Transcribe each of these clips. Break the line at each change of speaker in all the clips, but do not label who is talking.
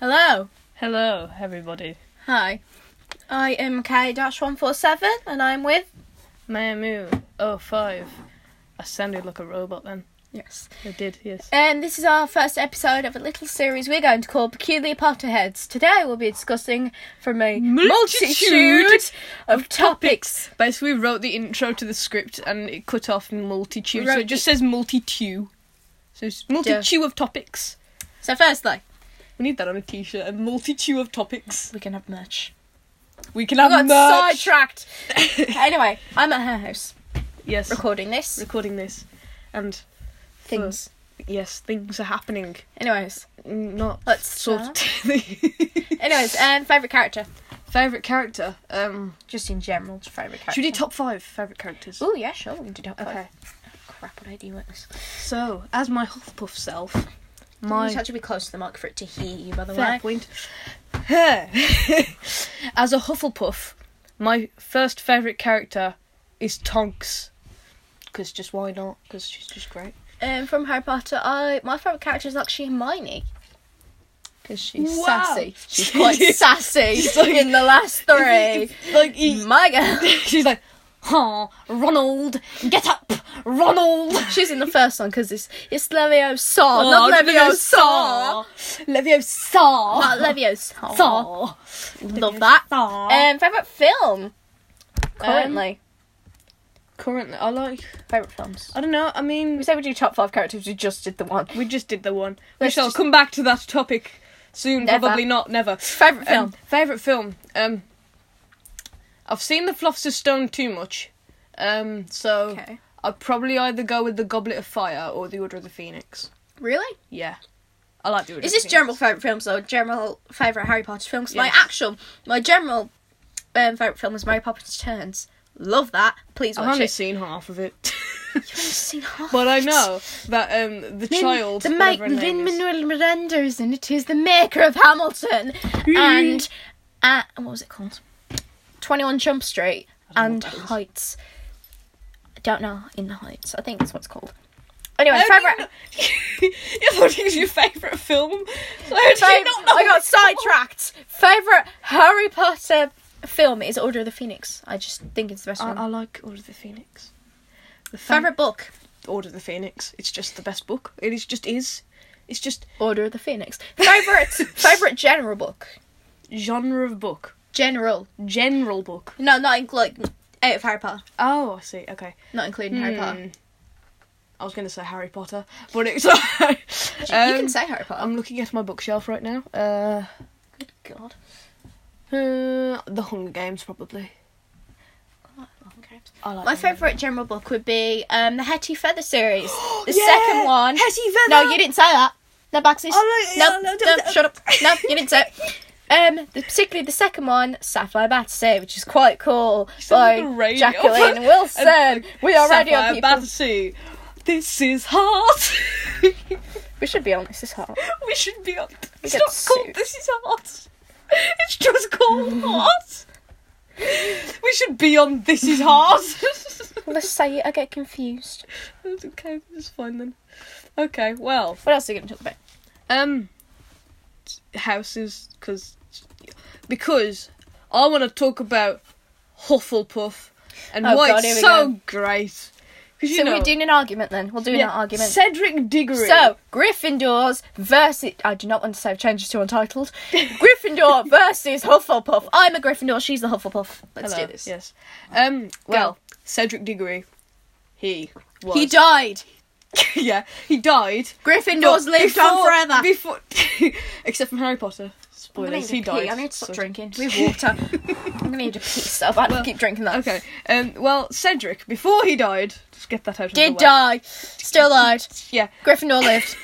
Hello.
Hello, everybody.
Hi. I am K-147 and I'm with...
Mayamu, oh five. I sounded like a robot then.
Yes.
I did, yes.
And this is our first episode of a little series we're going to call Peculiar Potterheads. Today we'll be discussing from a
Multitude
multitude of topics.
Basically, we wrote the intro to the script and it cut off multitude,
We
so
wrote
it just says multitude. So it's multitude of topics.
So firstly,
We need that on a t-shirt. A multitude of topics.
we can have merch.
We can
I got
have merch.
sidetracked. anyway, I'm at her house
yes,
recording this.
recording this, and
Things.
yes, things are happening.
Anyways.
Not
Let's
sort of. Anyways,
Anyways, um, favourite character.
favorite character. Um,
Just in general, favourite character.
should we do top five favorite characters?
Oh yeah, sure, we can do top five.
Okay.
Crap, what idea was this?
So, as my Hufflepuff self,
You just
my
have to be close to the mic for it to hear you, by the
fair
way.
point. as a Hufflepuff, my first favourite character is Tonks. Because just why not? Because she's just great.
Um, from Harry Potter, I my favourite character is actually Hermione. Because she's
Wow.
sassy. She's quite sassy
She's like-
in the last three.
Like, e- he,
My girl.
she's like, oh, Ronald, get up, Ronald.
She's in the first one because it's it's Leviosa,
Oh,
not Leviosa,
Leviosa.
not Leviosa.
Saw.
Love that.
Saw.
Um, favourite film currently.
Currently, I like.
favourite Um, films.
I don't know. I mean,
We said we do top five characters. We just did the one.
we just did the one. we
Let's
shall
just-
come back to that topic soon.
Never.
Probably not. Never.
Favourite film.
Um, favorite film. Um, I've seen the Philosopher's Stone too much. Um, so
okay.
I'd probably either go with the Goblet of Fire or the Order of the Phoenix.
Really?
Yeah, I like the Order.
Is this
of the Phoenix.
general favourite films or general favourite Harry Potter films?
Yes.
My actual, my general um, favourite film is Mary Poppins Turns. Love that. Please
I've
watch
only
it.
seen half of it,
I've only seen half
but I
of it.
know that um, the
Lin-
child,
the make
whatever her name
Lin
is-
Manuel Miranda is in it. Who's the maker of Hamilton and uh, what was it called? Twenty One Jump Street
I don't know
and
what that is.
Heights. I don't know in Heights. I think that's what it's called. Anyway,
How do you
favourite.
know- you thought it was your favourite film. So how do you
Fave-
not know
I got
it's called?
sidetracked. Favorite Harry Potter film is Order of the Phoenix. I just think it's the best one.
I, I like Order of the Phoenix. The
favorite book,
Order of the Phoenix. It's just the best book. It is just is. It's just
Order of the Phoenix. Favorite favorite general book,
genre of book,
general.
general book.
No, not inc- like out of Harry Potter,
Oh, I see. Okay.
not including Harry Potter.
Hmm. I was going to say Harry Potter, but it's. um,
you can say Harry Potter.
I'm looking at my bookshelf right now. Uh,
oh, Good God.
uh, the Hunger Games probably. I like
My
Hunger
favourite general book would be um, the Hetty Feather series.
Games.
The
Yeah!
second one.
Hetty Feather.
No, you didn't say that. No, Baxley.
Oh, no,
no, no,
no, no, don't-
shut up. No, you didn't say it. Um, the, particularly the second one, Sapphire Battersea, which is quite cool, by
sound like a radio-
Jacqueline Wilson.
And,
we are radio
Sapphire
people.
Battersea. This is hard.
we should be on this is hard.
we should be on. It's
get
not
sued.
called This Is Hot. It's just called Hot. We should be on This Is Hot.
Let's say it. I get confused.
okay, that's fine then. Okay, well,
What else are we going to talk about?
um, houses because because I want to talk about Hufflepuff and
Oh
why
God, here
it's
we
so
go.
great. Because you
so
know,
we're doing an argument then. We'll do
yeah,
an argument.
Cedric Diggory.
So Gryffindors versus I do not want to say changes to untitled. Gryffindor versus Hufflepuff. I'm a Gryffindor. She's the Hufflepuff. Let's
Hello,
do this.
Yes. Um. Well, Cedric Diggory. He was.
He died.
yeah, he died.
Gryffindors
But
lived on forever.
Before, except from Harry Potter. Spoilers. He died.
I need to stop
so-
drinking. We have water. I'm gonna need to pee so bad.
Well,
keep drinking that.
Okay. Um. Well, Cedric, before he died, just get that out.
Did
of the way.
die. Still died.
Yeah.
Gryffindor lived.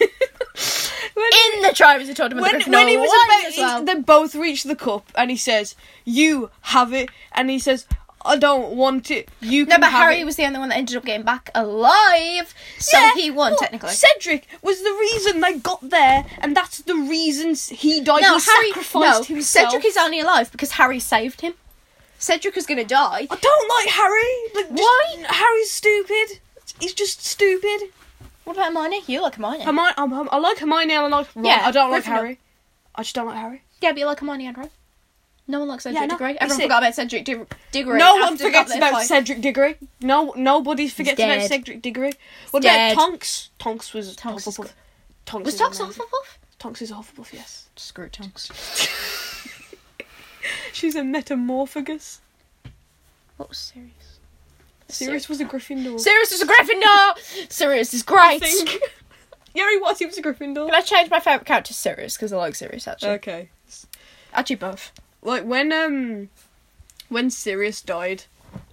When,
In the trials of tournament.
when,
Gryffindor
when he was
won
about,
as well.
they both reached the cup, and he says, "You have it," and he says, "I don't want it. You
no,
can
but
have
Harry
it."
was the only one that ended up getting back alive. So
Yeah,
he won
well,
technically.
Cedric was the reason they got there, and that's the reason s- he died.
no,
he
Harry.
sacrificed
no,
himself.
Cedric is only alive because Harry saved him. Cedric was gonna die.
I don't like Harry. Like, just-
Why?
Harry's stupid. He's just stupid.
What about Hermione? You like Hermione?
Hermione, I'm, I'm- I like Hermione. and I like Ron.
Yeah,
I don't like
Gryffindor.
Harry. I just don't like Harry.
Yeah, but you like Hermione and Ron. No one likes Cedric
no,
Diggory.
you
Everyone
see-
forgot about Cedric Dig- Diggory.
no one
after
forgets
Goblet of
about
Fire.
Cedric Diggory. No, nobody forgets about
dead.
Cedric Diggory. What
dead.
about Tonks? Tonks was
Tonks is
Hufflepuff.
good.
Tonks
Was
is
Tonks a
amazing.
Hufflepuff?
Tonks is a Hufflepuff. Yes,
Screw Tonks.
she's a metamorphagus.
What was Oh, Sirius?
Sirius was a Gryffindor.
Sirius is a Gryffindor. Sirius is great.
think. yeah, he was. He was a Gryffindor.
Can I change my favourite character to Sirius because I like Sirius actually.
Okay.
Actually, both.
Like when um, when Sirius died,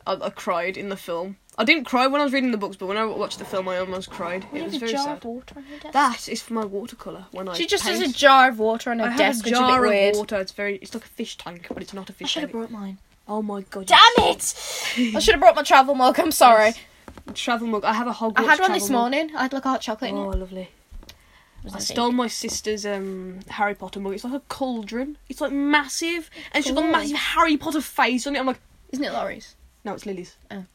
I, I cried in the film. I didn't cry when I was reading the books, but when I watched the film, I almost cried. It was very sad.
water on your desk.
That is for my watercolor. When I
she just has
paint.
a jar of water on her
I
desk,
have
which is
a
a
jar
bit
of
weird.
water. It's very. It's like a fish tank, but it's not a
I
fish
should have
tank.
brought mine.
Oh my god!
Damn
yes.
it! I should have brought my travel mug. I'm sorry.
Travel mug. I have a Hogwarts.
I had one
travel
this
mug.
morning. I had like a hot chocolate in it.
Oh, lovely!
It was
I
amazing.
stole my sister's um Harry Potter mug. It's like a cauldron. It's like massive, and she's got a
Cool.
massive Harry Potter face on it. I'm like,
Isn't it Laurie's?
no, it's Lily's.
Oh.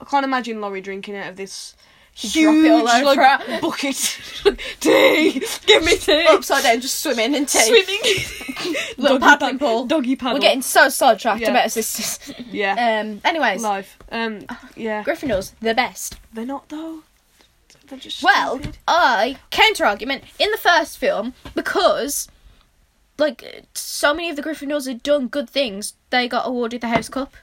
I can't imagine Laurie drinking out of this
She'd
huge
drop it all over
like
her.
bucket. tea, give me tea.
Upside down, just swimming in tea.
Swimming.
Little
Doggy
paddling
pad-
pool.
Doggy paddle.
We're getting so sidetracked
Yeah.
about sisters.
yeah.
um. Anyways,
Live. Um.
Oh,
Yeah.
Gryffindors the best.
They're not though. They're just
Well,
stupid.
I counter argument in the first film because, like, so many of the Gryffindors had done good things. They got awarded the House Cup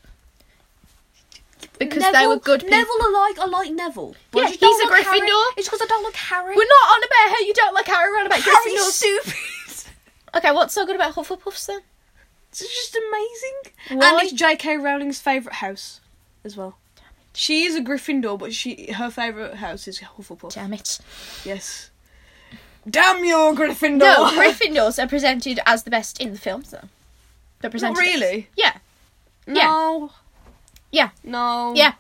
because they were good people.
Neville, I like. I like Neville. but I
Yeah,
just don't
he's a
like Harry.
Gryffindor.
It's because I don't like Harry.
We're not on about how you don't like Harry. We're on about
Harry's
Gryffindors.
stupid.
okay, what's so good about Hufflepuffs then?
it's just amazing.
Why?
And it's J.K. Rowling's favorite house as well. She is a Gryffindor, but she her favorite house is Hufflepuff.
Damn it!
Yes. Damn your Gryffindor.
No, Gryffindors are presented as the best in the films though. They're presented.
Not
as-
really.
Yeah.
No.
Yeah.
No.
Yeah.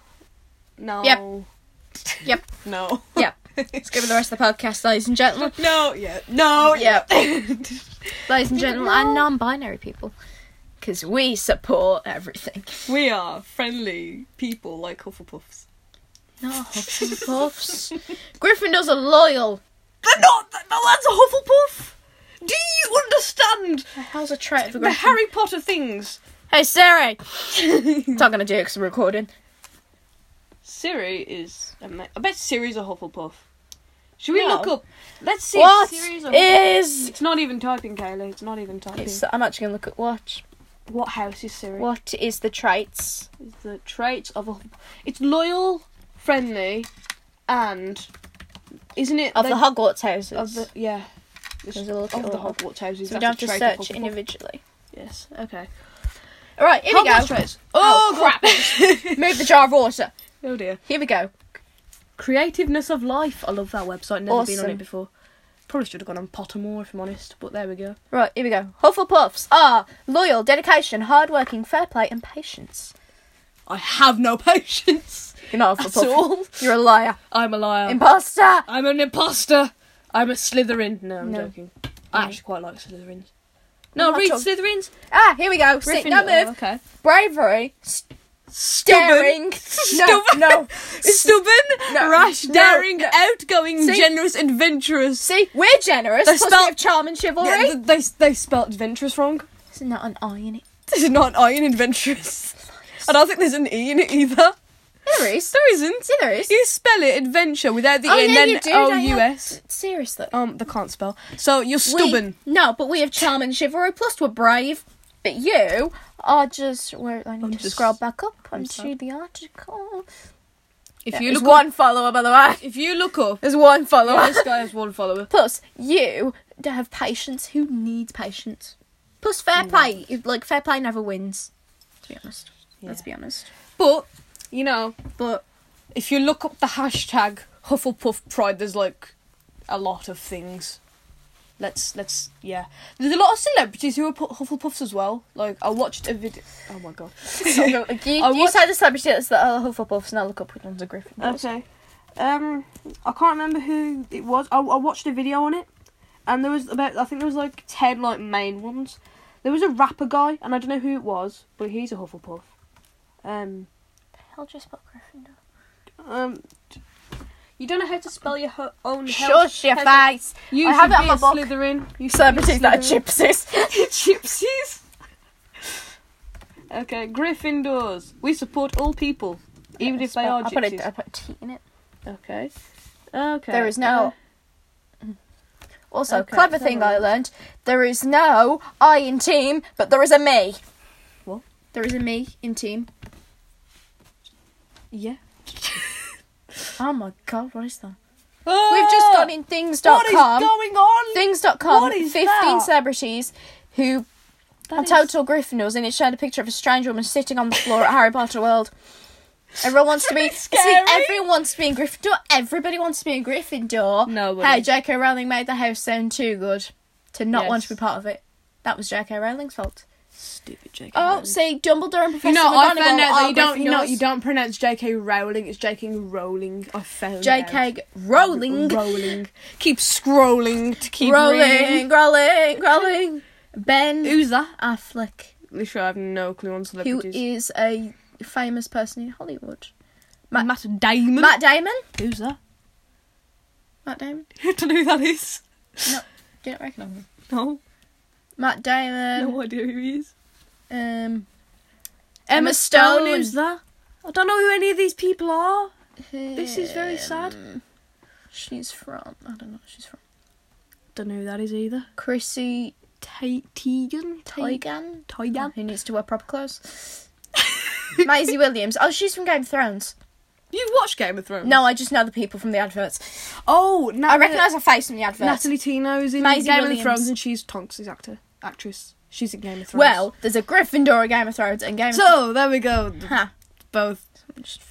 No.
Yep.
No.
Yeah. Let's go with the rest of the podcast, ladies and gentlemen.
No. Yeah. No.
Yeah.
yeah.
ladies and
Yeah, but
gentlemen, and
no.
non-binary people, because we support everything.
We are friendly people like Hufflepuffs.
No, Hufflepuffs. Gryffindors are loyal.
They're not. th- th- That's a Hufflepuff. Do you understand
How's a trait for
the
Gryffindor?
Harry Potter things?
hey, Siri. it's not gonna do it 'cause we're recording.
Siri is. Ama- I bet Siri's a Hufflepuff. Should we
No.
look up? Let's see.
What
if Siri's a Hufflepuff.
is?
It's not even typing, Kayla. It's not even typing.
It's, I'm actually gonna look at watch.
What house is Siri? What
What is the traits?
is the traits of a? Hufflepuff? It's loyal, friendly, and isn't it
Of
they-
the Hogwarts houses.
of the yeah. It's
There's a look
of
it
the
all up.
Hogwarts houses.
so we don't have
that's
to
a trait of
search
Hufflepuff.
individually.
Yes. Okay.
Alright, here we
Hogwarts
go.
traits.
Oh,
crap!
Move the jar of water.
oh dear.
Here we go.
Creativeness of life. I love that website. Never been on
Awesome.
it before. Probably should have gone on Pottermore if I'm honest, but there we go.
Right, here we go. Hufflepuffs are loyal, dedication, hardworking, fair play, and patience.
I have no patience
You're not a
at
Hufflepuff.
all.
You're a liar.
I'm a liar.
Imposter!
I'm an imposter. I'm a Slytherin. No, I'm
No.
joking. I
No.
actually quite like Slytherins. No,
not
read
talking-
Slytherins.
Ah, here we go. Sit, no
Gryffindor,
move.
oh, Okay.
Bravery.
Stubborn.
Daring. No,
Stubborn.
no.
Stubborn.
No,
Rash.
no,
Daring.
no.
Outgoing.
See?
Generous. Adventurous.
See, we're generous.
They
plus
spell-
we have charm and chivalry.
Yeah, th- they they spelled adventurous wrong.
Isn't that an eye in it?
There's not an I in adventurous. I don't think there's an E in it either.
There is.
There isn't.
See, there is.
You spell it adventure without the
Oh,
E and
yeah,
then
you do,
O
don't you?
U S.
Seriously.
Um, they can't spell. So you're stubborn.
We, no, but we have charm and chivalry. Plus we're brave. But you are just. Where I need
I'm
to
just-
scroll back up onto
sorry.
the article.
If
Yeah,
you
there's
look up,
one follower, by the way.
if you look up,
There's one follower.
this guy has one follower.
Plus, you don't have patience. Who needs patience? Plus, fair play. Like fair play never wins. To be honest, let's
Yeah.
be honest.
But you know,
But
if you look up the hashtag Hufflepuff Pride, there's like a lot of things. Let's let's yeah. There's a lot of celebrities who are pu- Hufflepuffs as well. Like I watched a video. Oh my god.
you, you
I watched-
say the celebrities that are Hufflepuffs, and I look up which ones are Gryffindors.
Okay. Um, I can't remember who it was. I, I watched a video on it, and there was about I think there was like ten like main ones. There was a rapper guy, and I don't know who it was, but he's a Hufflepuff. Um,
I'll just put Gryffindor.
um, You don't know how to spell your ho- own health.
Shush your
Health-
face.
You
I have
should
it
be
on my
a
book.
Slytherin. You
Celebrities that are gypsies.
gypsies. Okay, Gryffindors. We support all people, even if they are
I
gypsies.
put, a, I put a T in it.
Okay. Okay. uh,
There is no. Also,
Okay,
clever
so
thing
we're-
I learned: there is no I in team, but there is a me.
What?
There is a me in team.
yeah.
Oh my god, what is that? We've just gone in things.com.
Oh! What is going on?
Things.com,
What is
15
that?
celebrities who
That
are
is-
total Gryffindors, and it showed a picture of a strange woman sitting on the floor at Harry Potter World. Everyone wants to be.
That's a
See,
bit scary.
everyone wants to be in Gryffindor. Everybody wants to be in Gryffindor.
Nobody.
Hey, J.K. Rowling made the house sound too good to not want
Yes.
to be part of it. That was J.K. Rowling's fault.
Stupid J.K.
Oh,
Rowling.
see, Dumbledore and Professor
You know, I
McGonagall
found out that
are
you don't. You know,
Gryffindors.
you don't pronounce J.K. Rowling. It's J.K. Rowling. I found out.
J.K. Rowling.
Rowling. Keep scrolling to keep
Rowling,
reading.
Rowling, Rowling. Ben
Who's that?
Affleck.
Literally, I have no clue on
who
celebrities.
is a famous person in Hollywood. Matt-
Matt, Damon.
Matt Damon.
Who's that?
Matt Damon.
I don't know who that is.
Do you not recognise him?
No,
Matt Damon.
no idea who he is.
Um,
Emma
Emma
Stone.
Stone.
Who's that? I don't know who any of these people are. This is very
um,
sad.
She's from. I don't know. Where she's from
Don't know who that is either.
Chrissy
Tate Tegan.
Teigen. Oh,
Tegan.
Who needs to wear proper clothes? Maisie Williams. Oh, she's from Game of Thrones.
You watch Game of Thrones?
No, I just know the people from the adverts.
Oh, Nat-
I recognise her face from the adverts.
Natalie Tino is in
Maisie
Game
Williams.
of Thrones, and she's Tonks' actor, actress. She's in Game of Thrones.
well, there's a Gryffindor in Game of Thrones and Game of
so there we go.
Huh.
Both.
Just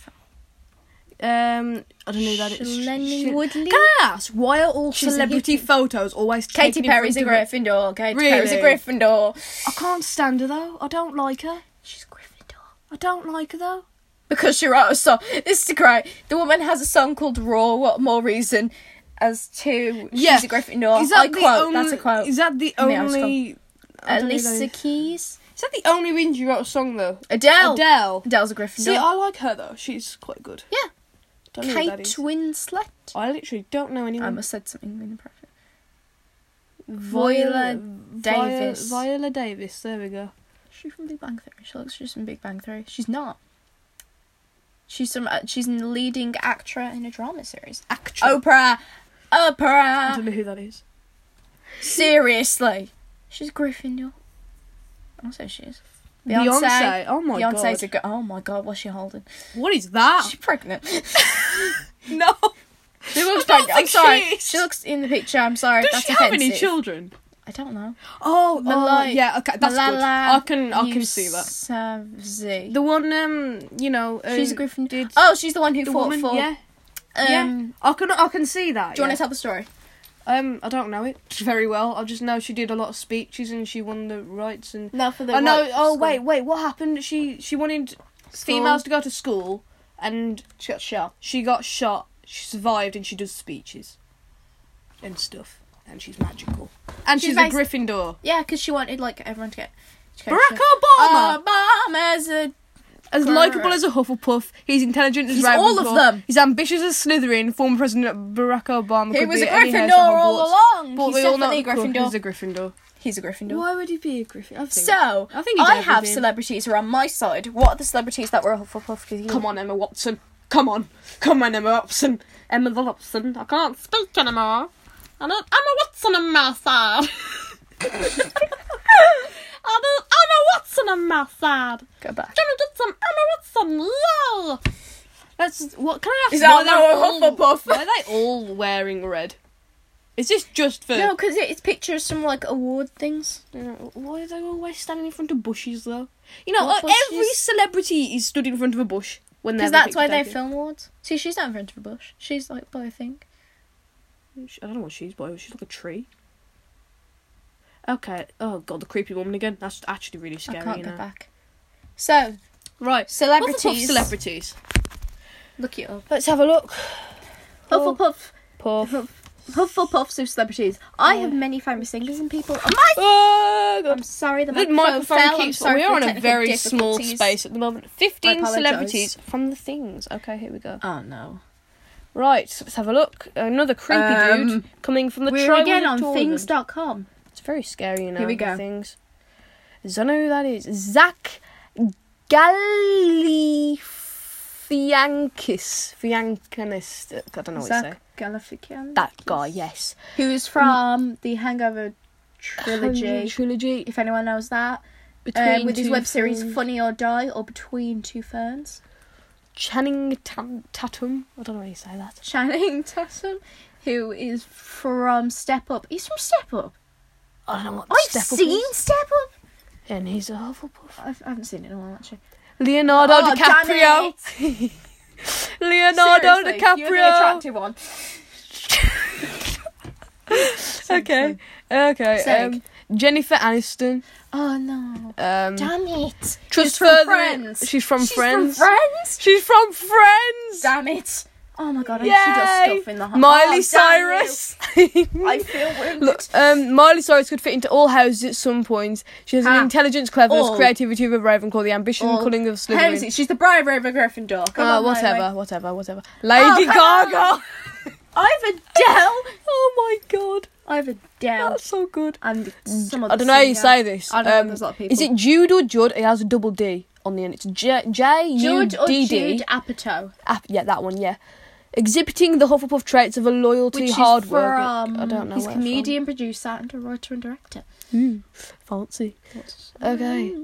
Um, I don't know who that is.
Shailene
Sh- sh-
Woodley.
Can I ask why are all
She's a
celebrity photos always
Katy
taken in
Perry's a
front of-
Gryffindor. Katy
Really?
Perry's a Gryffindor.
I can't stand her though. I don't like her.
She's Gryffindor.
I don't like her though.
Because she wrote a song. This is great. The woman has a song called Raw. What more reason as to
Yeah.
she's a Gryffindor?
Is that
Oh, I
the
quote.
only,
that's a quote.
Is that the
From the
only? I don't know those.
Alyssa Keys.
Is that the only reason you wrote a song though?
Adele.
Adele.
Adele's a Gryffindor.
See, I like her though. She's quite good.
Yeah.
Don't know who that
Kate
is.
Winslet.
I literally don't know anyone.
I must have said something inappropriate. Viola
Viola Viola-
Davis.
Viola Davis. There we go.
She's from Big Bang Theory. She looks just from Big Bang Theory. She's not. She's some. Uh, she's a leading actor in a drama series.
Actress.
Oprah.
I
Oprah.
don't know who that is.
Seriously. She's Gryffindor. Also, she is. Beyonce.
Beyonce. Oh my
Beyonce's
god.
a girl. Oh my god, what's she holding?
What is that?
She's pregnant.
no.
she looks
I don't
pregnant. I'm
think
sorry.
she is.
She looks in the picture. I'm sorry.
Does
That's
she have
offensive.
any children?
I don't know.
Oh,
Malala-
oh yeah. Okay, that's good. I can. I can see that.
that.
The one, um, you know, uh,
She's a Gryffindor.
did
Oh, she's the one who
the
fought
woman?
for.
Yeah,
Um,
yeah. I can. I can see that.
Do you
yeah.
want to tell the story?
Um, I don't know it very well. I just know she did a lot of speeches and she won the rights and.
No, for the.
I know. Oh wait, wait. What happened? She she wanted females to go to school, and
She got shot.
she got shot. She survived, and she does speeches. And stuff, and she's magical. And
She's
she's,
basi-
a Gryffindor.
Yeah, because she wanted like everyone to get. to get
Barack
shot.
Obama,
Obama's a
as likable as a Hufflepuff, he's intelligent as
He's
Ravenclaw.
all of them.
He's ambitious as Slytherin. Former President Barack Obama.
He
could
was
be
a
at any
Gryffindor
house at Hogwarts.
all along.
But
He's
we all know
definitely a
Crook
Gryffindor.
is a Gryffindor.
He's a Gryffindor.
Why would he be a Gryffindor? I think.
So
I
I,
think he's
have
everything.
celebrities who are on my side. What are the celebrities that were a Hufflepuff? Cause you
Come on, Emma Watson. Come on. Come on, Emma Watson. Emma the Watson. I can't speak anymore. I need Emma Watson on my side. I need Emma Watson on my side.
go back.
Gonna get some Emma Watson. Yeah. That's what can I ask?
Is that
why they're
Emma
all-
Hufflepuff?
Why are they all wearing red? Is this just for?
No, because it's pictures from like award things.
You know, Why are they always standing in front of bushes though? You know,
What
uh,
bushes?
every celebrity is stood in front of a bush when they're.
Because that's why they film awards. See, she's not in front of a bush. She's like by a thing.
I don't know what she's by. She's like a tree. Okay. Oh god, the creepy woman again. That's actually really scary.
I can't
you
go
know.
back. So
Right. Hufflepuff
celebrities.
celebrities.
Look it up.
Let's have a look. Oh. Puff.
Hufflepuff.
Puff.
Hufflepuffs of celebrities. I
Yeah.
have many famous singers and people. on my.
Oh god.
I'm sorry, the
The
microphone,
microphone
fell. I'm
keeps.
sorry
We
for
are on
the
a
technical
very small
difficulties.
space at the moment.
I
Fifteen
apologise.
celebrities from the things. Okay, here we go.
Oh no.
Right, so let's have a look. Another creepy dude
Um,
coming from the
We're
Triwizard
again on
Tournament.
things.com.
It's very scary, you know.
Here we
the
go.
Things. Does anyone know who that is? Zach Galifiankis. Fiankanis. I don't know what to say.
Zach Galifianakis.
That guy, yes.
Who is from the Hangover trilogy,
Trilogy. Uh,
if anyone knows that.
Between
Um, with his
two
web series
ferns.
Funny or Die or Between Two Ferns.
Channing Tam- Tatum. I don't know how you say that.
Channing Tatum, who is from Step Up. He's from Step Up.
I don't know what
I've
step up
seen
is.
Step Up.
And he's a Hufflepuff.
I've, I haven't seen it in a while, actually.
Leonardo
Oh, damn
DiCaprio. Leonardo
Seriously,
DiCaprio.
You're the attractive one.
Okay. Okay.
Seg.
Um, Jennifer Aniston.
Oh, no.
Um,
Damn it.
just
from
further-
Friends.
She's from
She's
Friends.
from Friends?
She's from Friends.
Damn it. Oh my god, I
Yay!
she does stuff in the ho- Oh,
Miley
damn
Cyrus.
you. I feel wounded.
Look, um, Miley Cyrus could fit into all houses at some point. She has an
Ah.
intelligence, cleverness,
All.
creativity of a Ravenclaw, the ambition and
All.
cunning of
How is
Slytherin.
it? She's the bride of Gryffindor. Come
Uh,
on, Miley.
whatever, whatever, whatever. Lady
come
Gaga.
I've Oh, Adele.
oh my god,
I've Adele.
that's so good.
And some
I don't know how you say this. Um,
I don't know, there's a lot of people.
Is it Jude or Judd? It has a double D on the end. It's J J U
George or
D
Jude
D.
Apatow.
Ah, Yeah, that one. Yeah, exhibiting the Hufflepuff traits of a loyalty,
Which
hard
is
work.
from,
I don't know.
He's
where
a
from. Hmm,
comedian, producer, and a writer and director. Mm.
Fancy. Okay.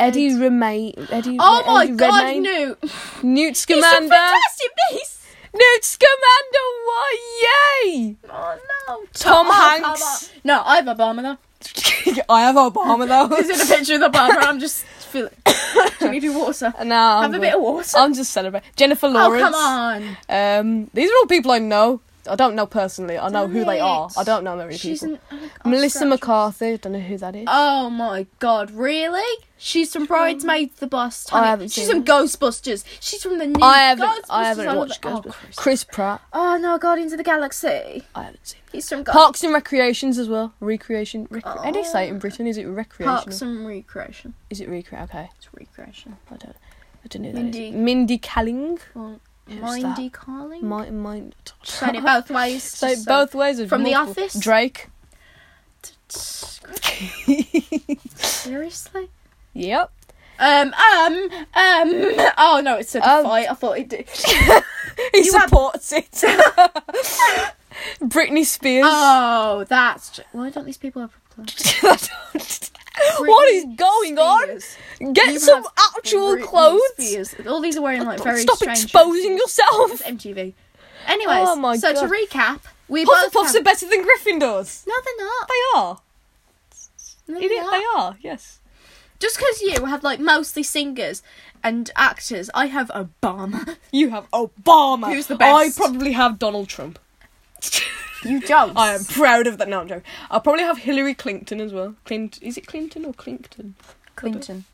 Eddie Redmayne. Eddie.
Oh
Eddie
my god,
Redmayne.
Newt!
Newt
He's a
Scamander.
fantastic beast!
Newt Scamander. Why? Yay!
Oh no.
Tom
Oh, come
Hanks.
on. No, I have Obama though.
I have Obama
This
though.
is a picture of Obama. I'm just feeling. Do you need your water?
no, I'm
Have a
good.
bit of water.
um, I'm just celebrating. Jennifer
oh,
Lawrence.
come on.
Um, these are all people I know. I don't know personally. I know
Damn
who they are.
it.
I don't know many
She's
people.
an. oh, God,
Melissa
scratch.
McCarthy. Don't know who that is.
Oh my god, really? She's from Bridesmaids, The Boss.
I
honey.
haven't
She's
seen
from Ghostbusters. She's from the new
I haven't.
Ghostbusters.
I haven't
love it.
watched
Oh,
Ghostbusters.
Christ.
Chris Pratt.
Oh no, Guardians of the Galaxy.
I haven't seen.
He's from Guardians.
Parks and Recreations as well. Recreation. Rec- How do you say it in Britain? Is it recreation?
Oh. Parks and Recreation.
Is it recreation? Okay.
It's recreation.
I don't. I don't know. Who Mindy.
Mindy.
Mindy Kaling.
Well,
Who's
Mindy Carling.
My mind.
Say it both ways.
Say it
just so-
both ways. there's
From The
multiple-
Office?
Drake.
Seriously?
Yep.
Um, um, um. Oh no, it's a
Um.
fight. I thought it did.
He
You have-
supports it. Britney Spears.
Oh, that's. Ju- Why don't these people have problems?
what is going
Spears.
on? Get
You
some
have
actual
Britney
clothes.
Spears. All these are wearing like very
Stop
strange.
exposing yourself.
MTV. Anyways,
Oh my
so
God.
to recap, we both.
Hufflepuffs
have-
are better than Gryffindors.
No, they're not.
They are.
No,
Idiot,
they're not.
They are. Yes.
Just because you have like mostly singers and actors, I have Obama.
You have Obama.
Who's the best?
I probably have Donald Trump.
You don't.
I am proud of that. No, I'm joking. I'll probably have Hillary Clinton as well. Clint is it Clinton or Clinton?
Clinton.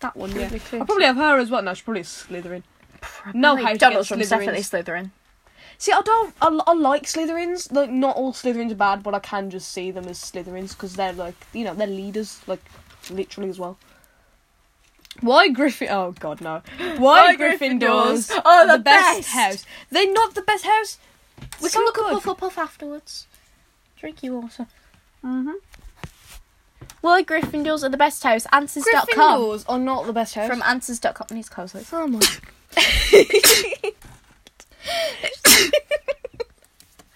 That one,
Yeah.
yeah.
I'll probably have her as well. No, she's probably Slytherin. No hate
Donald
against
Trump's
Slytherins.
definitely Slytherin.
See, I don't. I, I like Slytherins. Like, not all Slytherins are bad, but I can just see them as Slytherins because they're like, you know, they're leaders, like, literally as well. Why Griffin? Oh God, no. Why,
Why
Gryffindors
Gryffindors are the best.
house? They're not the best house.
We
So
can look
good.
at Puff or Puff afterwards. Drink your water.
Mhm. Mm-hmm.
Why Gryffindors are the best house? Answers.com.
Gryffindors are not the best house.
From answers.com. Needs close those.
oh my.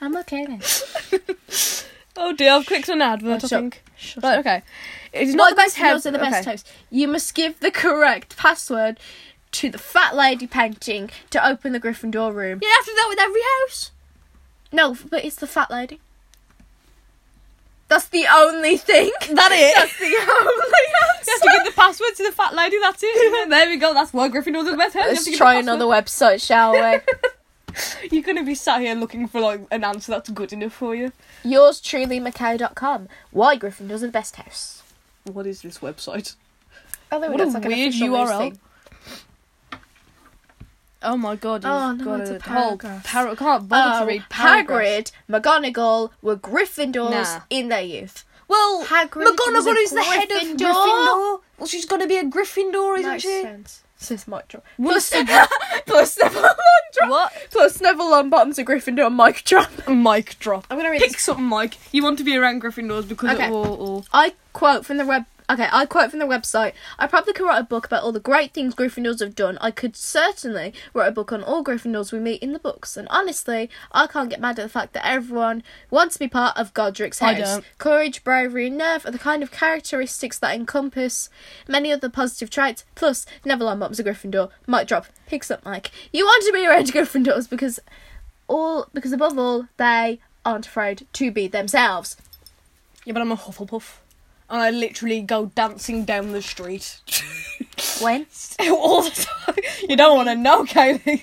I'm okay then.
Oh dear, I've clicked on an advert.
Oh,
I
shut-
think.
shut
Right, okay. It's
Why
not the best house.
Gryffindors are the
okay.
best house? You must give the correct password to the fat lady painting to open the Gryffindor room.
You have to do that with every house.
No, but it's the fat lady. That's the only thing.
That it.
That's the only
You
answer.
have to give the password to the fat lady. That's it. there we go. That's why Gryffindors are the best house. You have to
Let's
give
try
the
another website, shall we?
password. You're gonna be sat here looking for like an answer that's good enough for you.
Yours truly, Macau.com. Why Gryffindors are the best house?
What is this website?
Oh, there we
What
go,
a
it's like an
weird
official
URL.
news thing.
Oh my god!
Oh,
you've
no,
got
it's a
whole
paragraph.
para- I can't bother
Oh,
to read
Hagrid,
paragraphs.
McGonagall were Gryffindors
Nah.
in their youth.
Well,
Hagrid is a
McGonagall is the head of
Gryffindor.
Gryffindor. Well, she's gonna be a Gryffindor, isn't
Makes
she?
sense. So it's mic drop.
What's
Plus, plus Neville on drop.
What?
Plus Neville on buttons a Gryffindor mic drop.
Mic drop. I'm gonna
read
pick something, Mike. You want to be around Gryffindors because
Okay.
it will. will-
I quote from the web. Okay, I quote from the website. I probably could write a book about all the great things Gryffindors have done. I could certainly write a book on all Gryffindors we meet in the books. And honestly, I can't get mad at the fact that everyone wants to be part of Godric's
I
house.
don't.
Courage, bravery, and nerve are the kind of characteristics that encompass many other positive traits. Plus, Neville Longbottom's a Gryffindor. Mic drop. Picks up Mike. You want to be around Gryffindors because all because above all, they aren't afraid to be themselves.
Yeah, but I'm a Hufflepuff, and I literally go dancing down the street
When?
all the time. You don't want to know, Katie.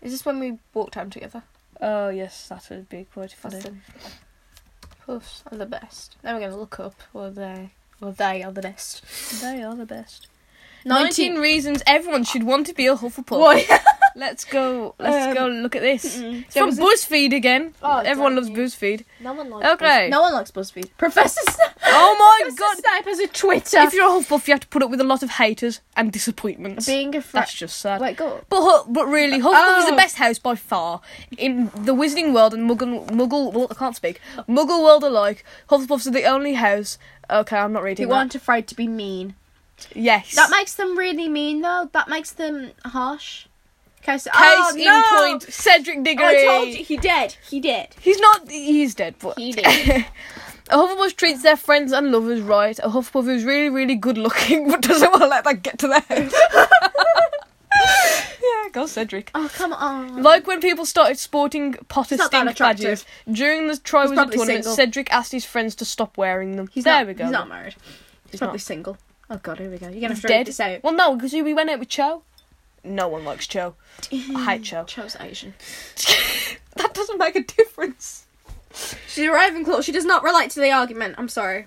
Is this when we walked home together?
Oh yes, that would be quite funny.
That's the puffs are the best. Now we're gonna look up whether they well they are the best.
They are the best. 19
Nineteen
reasons everyone should want to be a Hufflepuff.
Why?
Let's go. Let's
Um,
go look at this. It's
There
from
was a-
BuzzFeed again.
Oh,
everyone
don't
loves
you?
BuzzFeed.
no one likes
Okay.
Buzz- No one likes BuzzFeed. Professor Snape
Oh my
Professor
god.
Snape has a Twitter.
If you're a Hufflepuff, you have to put up with a lot of haters and disappointments.
being a friend
That's just sad.
Wait, go
But Hu- but really, Hufflepuff is the
Oh.
best house by far in the Wizarding world and Muggle Muggle. Well, I can't speak. Muggle world alike. Hufflepuffs are the only house. Okay, I'm not reading.
You
that.
aren't afraid to be mean.
Yes.
That makes them really mean though. That makes them harsh. Okay, so
Case
oh,
in
no! Oh,
point. Cedric Diggory.
I told you he did. He did.
He's not. He's dead. But
He did.
a Hufflepuff treats their friends and lovers right. A Hufflepuff who's really, really good looking, but doesn't want to let that get to their head. yeah, go Cedric.
oh come on.
Like when people started sporting Potter
He's not that
stink badges
attractive.
during the Triwizard
probably
tournament,
single.
Cedric asked his friends to stop wearing them.
He's
there
not,
we go.
He's not married. He's,
He's
probably
not.
single. Oh god, here we go. You're gonna have
He's
to
dead.
read this out.
Well, no, because we went out with Cho. No one likes Cho. I hate Cho.
Chose Asian.
that doesn't make a difference.
She's a Ravenclaw. She does not relate to the argument. I'm sorry.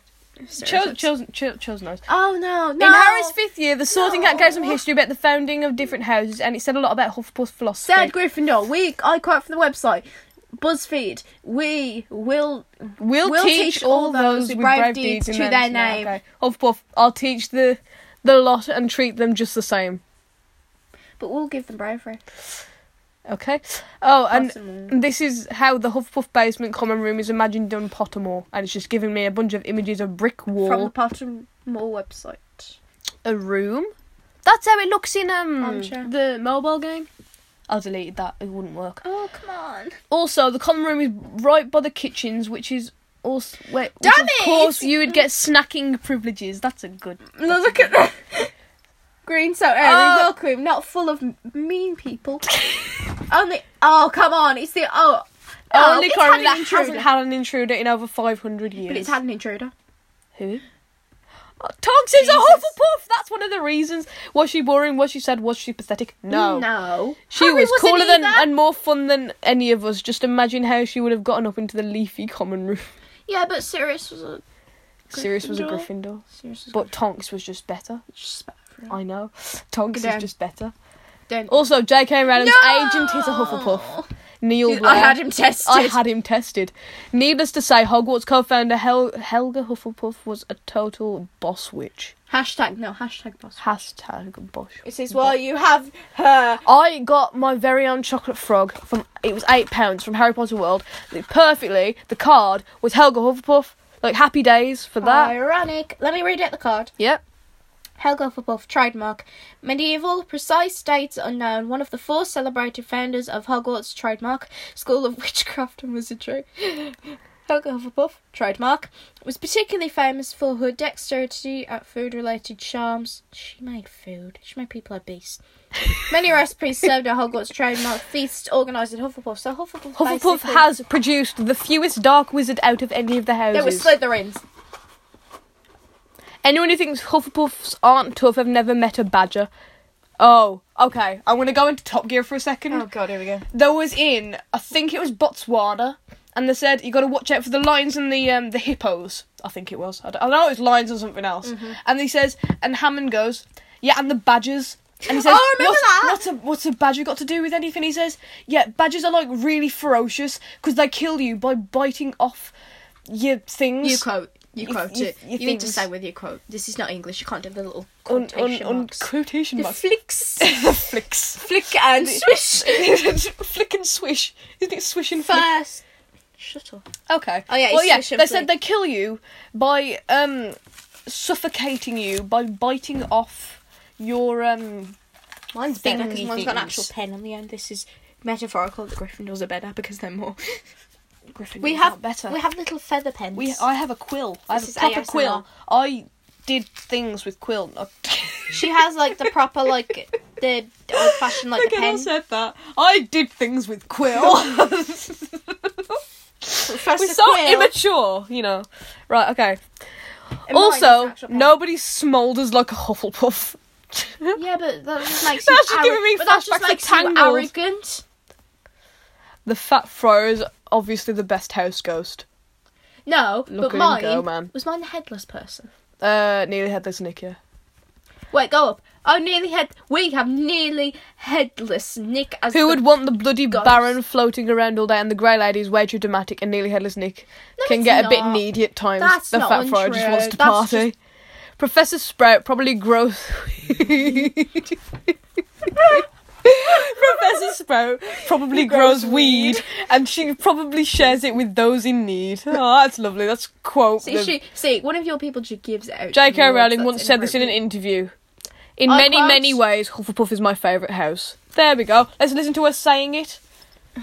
Cho, Cho's, Cho, Cho's nice.
Oh no, no.
In Harry's fifth year, the sorting hat gave some
No.
history about the founding of different houses, and it said a lot about Hufflepuff's philosophy.
said Gryffindor. We I quote from the website. BuzzFeed, we will.
we'll,
"We'll
teach, all those with brave, deeds,
to
in
their
Yeah,
name."
okay. Hufflepuff, I'll teach the the lot and treat them just the same.
But we'll give them bravery.
Okay. Oh, and
Possibly.
this is how the Hufflepuff basement common room is imagined on Pottermore, and it's just giving me a bunch of images of brick
From the
wall,
Pottermore website.
a room. That's how it looks in um
Armchair.
the mobile game. I deleted that; it wouldn't work.
Oh, come on.
Also, the common room is right by the kitchens, which is also where, which
Damn
of
it!
course, you would get snacking privileges. That's a good.
No, look at that. Green so airy,
Oh.
welcome, not full of m- mean people. Only. Oh, come on. It's the. Oh. No,
Only
it's had
common room
an
that
intruder.
hasn't had an intruder in over five hundred years.
But it's had an intruder.
Who? Oh, Tonks is a
Jesus.
Hufflepuff. That's one of the reasons. Was she boring? Was she sad? Was she pathetic? No.
No.
She
Harry
was
wasn't
cooler than
either.
and more fun than any of us. Just imagine how she would have gotten up into the leafy common room.
Yeah, but Sirius was a.
Sirius was a
Gryffindor.
Gryffindor,
Sirius was
but Tonks was just better. I know. Tonks
Goddamn.
is just better.
Don't.
Also, J.K. Rowling's
No!
agent is a Hufflepuff. Neil Blair.
I had him tested.
Oh, I had him tested. Needless to say, Hogwarts co-founder Hel- Helga Hufflepuff was a total boss witch.
hashtag no hashtag boss.
Hashtag boss.
It says, "Well, you have her."
I got my very own chocolate frog from. It was eight pounds from Harry Potter World. It perfectly, the card was Helga Hufflepuff. Like happy days
Oh,
for that.
Ironic. Let me read out the card.
Yep.
Helga Hufflepuff, trademark. Medieval, precise dates unknown. One of the four celebrated founders of Hogwarts, trademark. School of Witchcraft and Wizardry. Helga Hufflepuff, trademark. Was particularly famous for her dexterity at food related charms. She made food. She made people obese. Many recipes served at Hogwarts, trademark. Feasts organised at Hufflepuff. So Hufflepuff.
Hufflepuff
basically-
has produced the fewest dark wizard out of any of the houses.
There were Slytherins.
Anyone who thinks Hufflepuffs aren't tough have never met a badger. Oh, okay. I'm gonna go into Top Gear for a second.
Oh, god, here we go.
There was in, I think it was Botswana, and they said you got to watch out for the lions and the um, the hippos. I think it was. I, don't, I know it was lions or something else.
Mm-hmm.
And he says, and Hammond goes, yeah, and the badgers. And he says,
Oh, I remember
what's,
that!"
What's a, what's a badger got to do with anything? He says, yeah, badgers are like really ferocious because they kill you by biting off your things.
You quote. You
You-
quote
you-
it.
you
You need to
things.
say with your quote. This is not English. You can't do the little
Un, un,
quotation
un,
marks.
quotation
The
marks.
flicks.
the flicks.
Flick and swish.
flick and swish. Isn't it swish and flick?
First. Shut up.
Okay.
Oh, yeah, it's
Well, yeah.
swish
They
and
said they kill you by um suffocating you by biting off your um.
Mine's better
Thingy
because mine's got an
things.
actual pen on the end. This is metaphorical that Gryffindors are better because they're more.
Gryffindor
We have
better.
We have little feather pens.
We I have a quill. I have
This is
a proper
ASMR.
quill. I did things with quill. not-
she has like the proper like the old fashioned like
the
the
girl
pen.
said that. I did things with quill. We're
Professor
so
Quirrell.
immature, you know. Right, okay.
And mine is an
also,
actual pen.
nobody smoulders like a Hufflepuff.
Yeah, but that just makes you.
That's just giving me
but that
flashbacks
just
to
makes you
Tangled.
arrogant.
the Fat Fro is obviously the best house ghost.
No, but
Look at him
mine
go, man.
was mine the headless person.
Uh, nearly headless Nick, yeah.
Wait, go up. Oh, nearly head. We have nearly headless Nick as
Who
the-
would want the bloody
ghost.
Baron floating around all day and the Grey Lady is way too dramatic and nearly headless Nick
No,
can
it's
get a bit
not.
needy at times.
That's
the
not
Fat Fro just
untrue.
wants to
That's
party. Professor Sprout probably gross. Professor Sprout probably grows weed, and she probably shares it with those in need. Oh, that's lovely. That's a quote.
See,
that-
she, see, one of your people just gives out.
J.K.
words
Rowling
that's
once said this in an
inappropriate.
interview. In
I
many,
quote-
many ways, Hufflepuff is my favourite house. There we go. Let's listen to her saying it.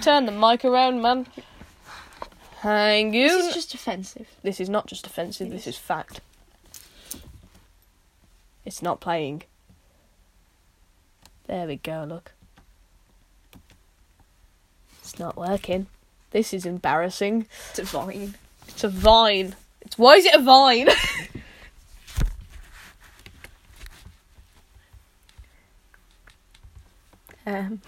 Turn the mic around, man. Hang you.
This is just offensive.
This is not just offensive,
It
this
is.
is fact. It's not playing. There we go, look. It's not working. This is embarrassing.
It's a vine.
It's a vine. It's why is it a vine?
Um,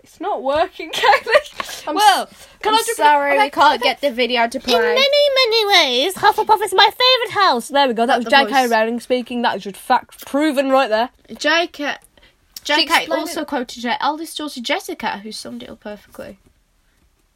it's not working, Kaylee.
I'm
well, can
I'm
I just
sorry,
okay,
we can't
okay.
get the video to play.
In many, many ways, Hufflepuff is my favourite house. There we go.
Not
That was
the
J.K.
voice.
Rowling speaking. That is just fact proven right there.
J.K. J.K.
explained
also
it.
quoted her eldest daughter Jessica, who summed it up perfectly.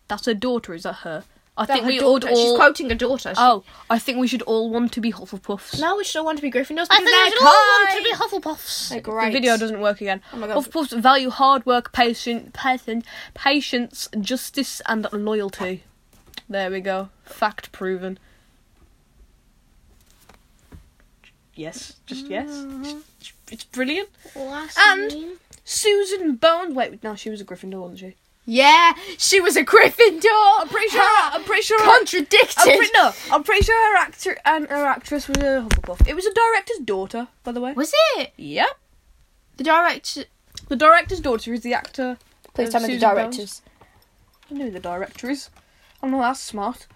That's her daughter, is that her? I
That
think
her
we
daughter-
would all.
She's quoting her daughter. She-
Oh, I think we should all want to be Hufflepuffs.
No, we should all want to be Gryffindors. because
I think we
they're
should all want
kind.
to be Hufflepuffs.
They're great.
The video doesn't work again.
Oh my God.
Hufflepuffs value hard work, patient, patient, patience, justice, and loyalty. There we go. Fact proven. Yes, just yes. It's- It's brilliant.
Last
And-
name?
Susan Bones. Wait, no, she was a Gryffindor, wasn't she?
yeah, she was a Gryffindor. I'm pretty
I'm pretty sure.
contradicted.
I'm pretty, no, I'm pretty sure her actor and her actress was a Hufflepuff. It was a director's daughter, by the way.
Was it
Yep.
the director? Oh,
The director's daughter is the actor.
Please
Uh,
tell me the
Susan Bones.
directors.
I know who the director is. I'm not that smart.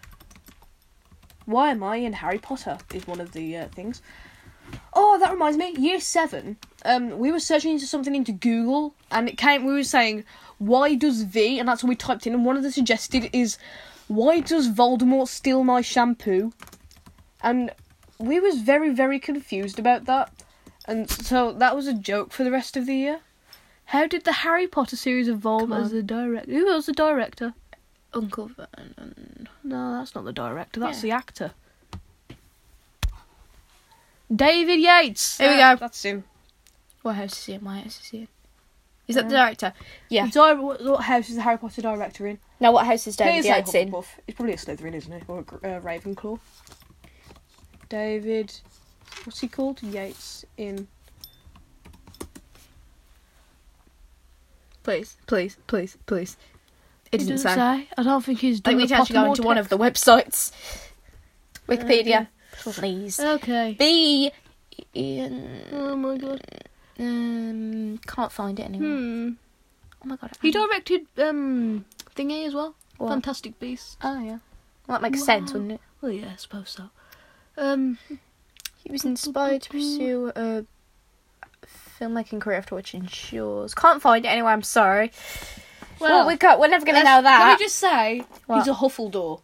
Why am I in Harry Potter? Is one of the uh, things. Oh, that reminds me. Year seven. Um, we were searching into something into Google, and it came. We were saying, "Why does V?" And that's what we typed in. And one of the suggested is, "Why does Voldemort steal my shampoo?" And we was very, very confused about that. And so that was a joke for the rest of the year. How did the Harry Potter series evolve
Come
as
on.
the director? Who was the director?
Uncle Vernon.
No, that's not the director. That's
Yeah.
the actor. David Yates.
Here we
Uh,
go.
That's him.
What house is he in? My house is he in? Is that the director? Uh, Yeah.
The Di- what, what house is the Harry Potter director in?
Now, what house is
He
David
is like
Yates in?
Hufflepuff. He's probably a Slytherin, isn't he? Or a Gr- uh, Ravenclaw. David. What's he called? Yates in.
Please, please, please, please. It
He
doesn't
doesn't
say.
I don't think he's
I think
doing
we need to actually go into one of the websites. Uh, Wikipedia, please.
Okay.
B. Ian.
Oh my god.
Um, can't find it anymore.
Hmm.
Oh my god.
He directed um thingy as well.
What?
Fantastic Beasts.
Oh yeah. Well, that makes sense,
Wow.
wouldn't it?
Well, yeah, I suppose so. Um.
He was inspired to pursue a filmmaking career after which ensures. Can't find it anyway. I'm sorry. Well, we can't, we're never going to know
Let's- Let
that.
me just say,
What?
he's a Huffledore.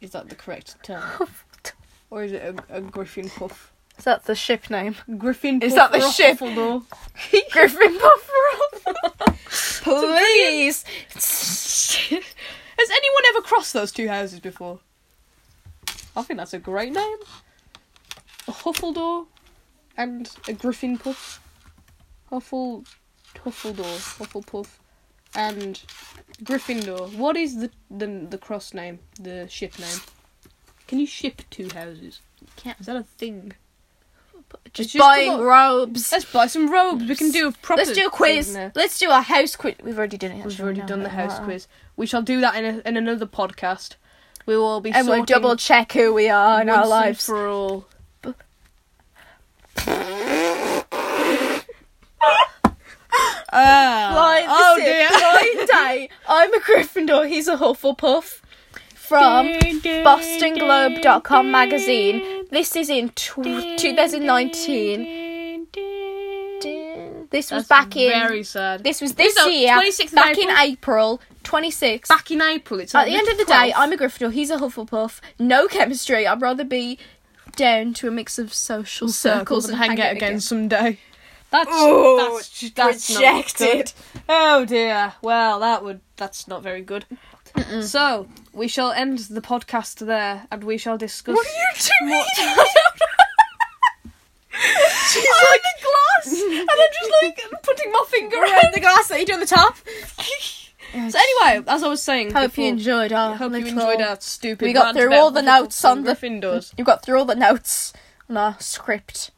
Is that the correct term? or is it a, a Griffin Puff?
Is that the ship name?
Griffin
Is
Puff
that the
or a
ship?
Huffledore?
Griffin Pufferuff. Please.
As Has anyone ever crossed those two houses before? I think that's a great name. A Huffledore and a Griffin Puff. Huffle, Huffledore, Hufflepuff, and Gryffindor. What is the, the the cross name? The ship name? Can you ship two houses?
Can't.
Is that a thing?
Just,
just
buying
come on.
robes.
Let's buy some robes. We can do a proper.
Let's do a
thing
quiz.
now.
Let's do a house quiz. We've already done it.
We've
actually,
already
no,
done the
no,
house
no.
quiz. We shall do that in, a, in another podcast. We will be
And we'll
sorting
double check who we are in our
once and
lives.
for all.
Like,
oh
this is my day. I'm a Gryffindor. He's a Hufflepuff. From BostonGlobe.com magazine. This is in tw- 2019. This was
That's
back in.
very sad.
This was this
So,
year.
26th of
Back in April.
April.
26.
back in April. It's
At
on
the end of the
12th.
day, I'm a Gryffindor. He's a Hufflepuff. No chemistry. I'd rather be down to a mix of social circles, and hang out again.
someday. That's
Oh,
that's, ju- that's not
rejected.
good. Oh dear. Well, that would that's not very good. So we shall end the podcast there, and we shall discuss.
What are you doing?
She's like a glass, and I'm just like putting my finger
Around the glass that you do on the top.
So anyway, as I was saying,
Hope you
before-
enjoyed our
hope you
little-
enjoyed our stupid.
We got
rant
through
about
all the
Hufflepuffs
notes on
and
the-
Gryffindors,
You got through all the notes on our script.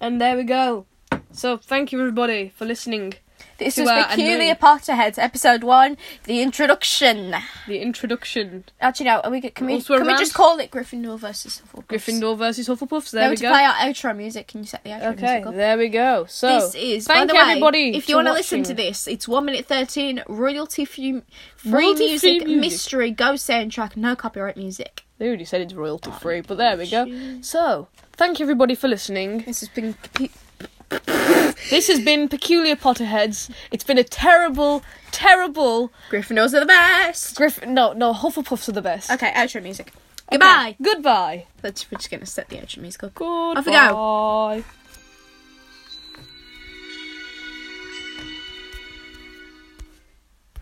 and there we go. So thank you everybody for listening.
This
To
is
our
Peculiar
unknown.
Potterheads, episode one, the introduction.
The introduction:
Actually, no, are we can we,
Also a
can we
rant?
just call it Gryffindor versus Hufflepuff?
Gryffindor versus Hufflepuffs. There
Now
we
to
go.
play our outro music, can you set the outro
Okay,
music up?
there we go. So
This is
thank
by the way,
everybody.
If you
want
want to listen to this, it's one minute thirteen, royalty free, free
Royalty-free
music,
music.
mystery, go soundtrack, no copyright music.
they already said it's royalty free, but there we go. So thank you everybody for listening.
This has been pe-
This has been Peculiar Potterheads. It's been a terrible, terrible
Gryffindors are the best.
Griffin. No, no, Hufflepuffs are the best.
Okay, outro music. Goodbye.
Goodbye.
That's we're just gonna set the outro music up.
Goodbye.
Off we go.
Goodbye.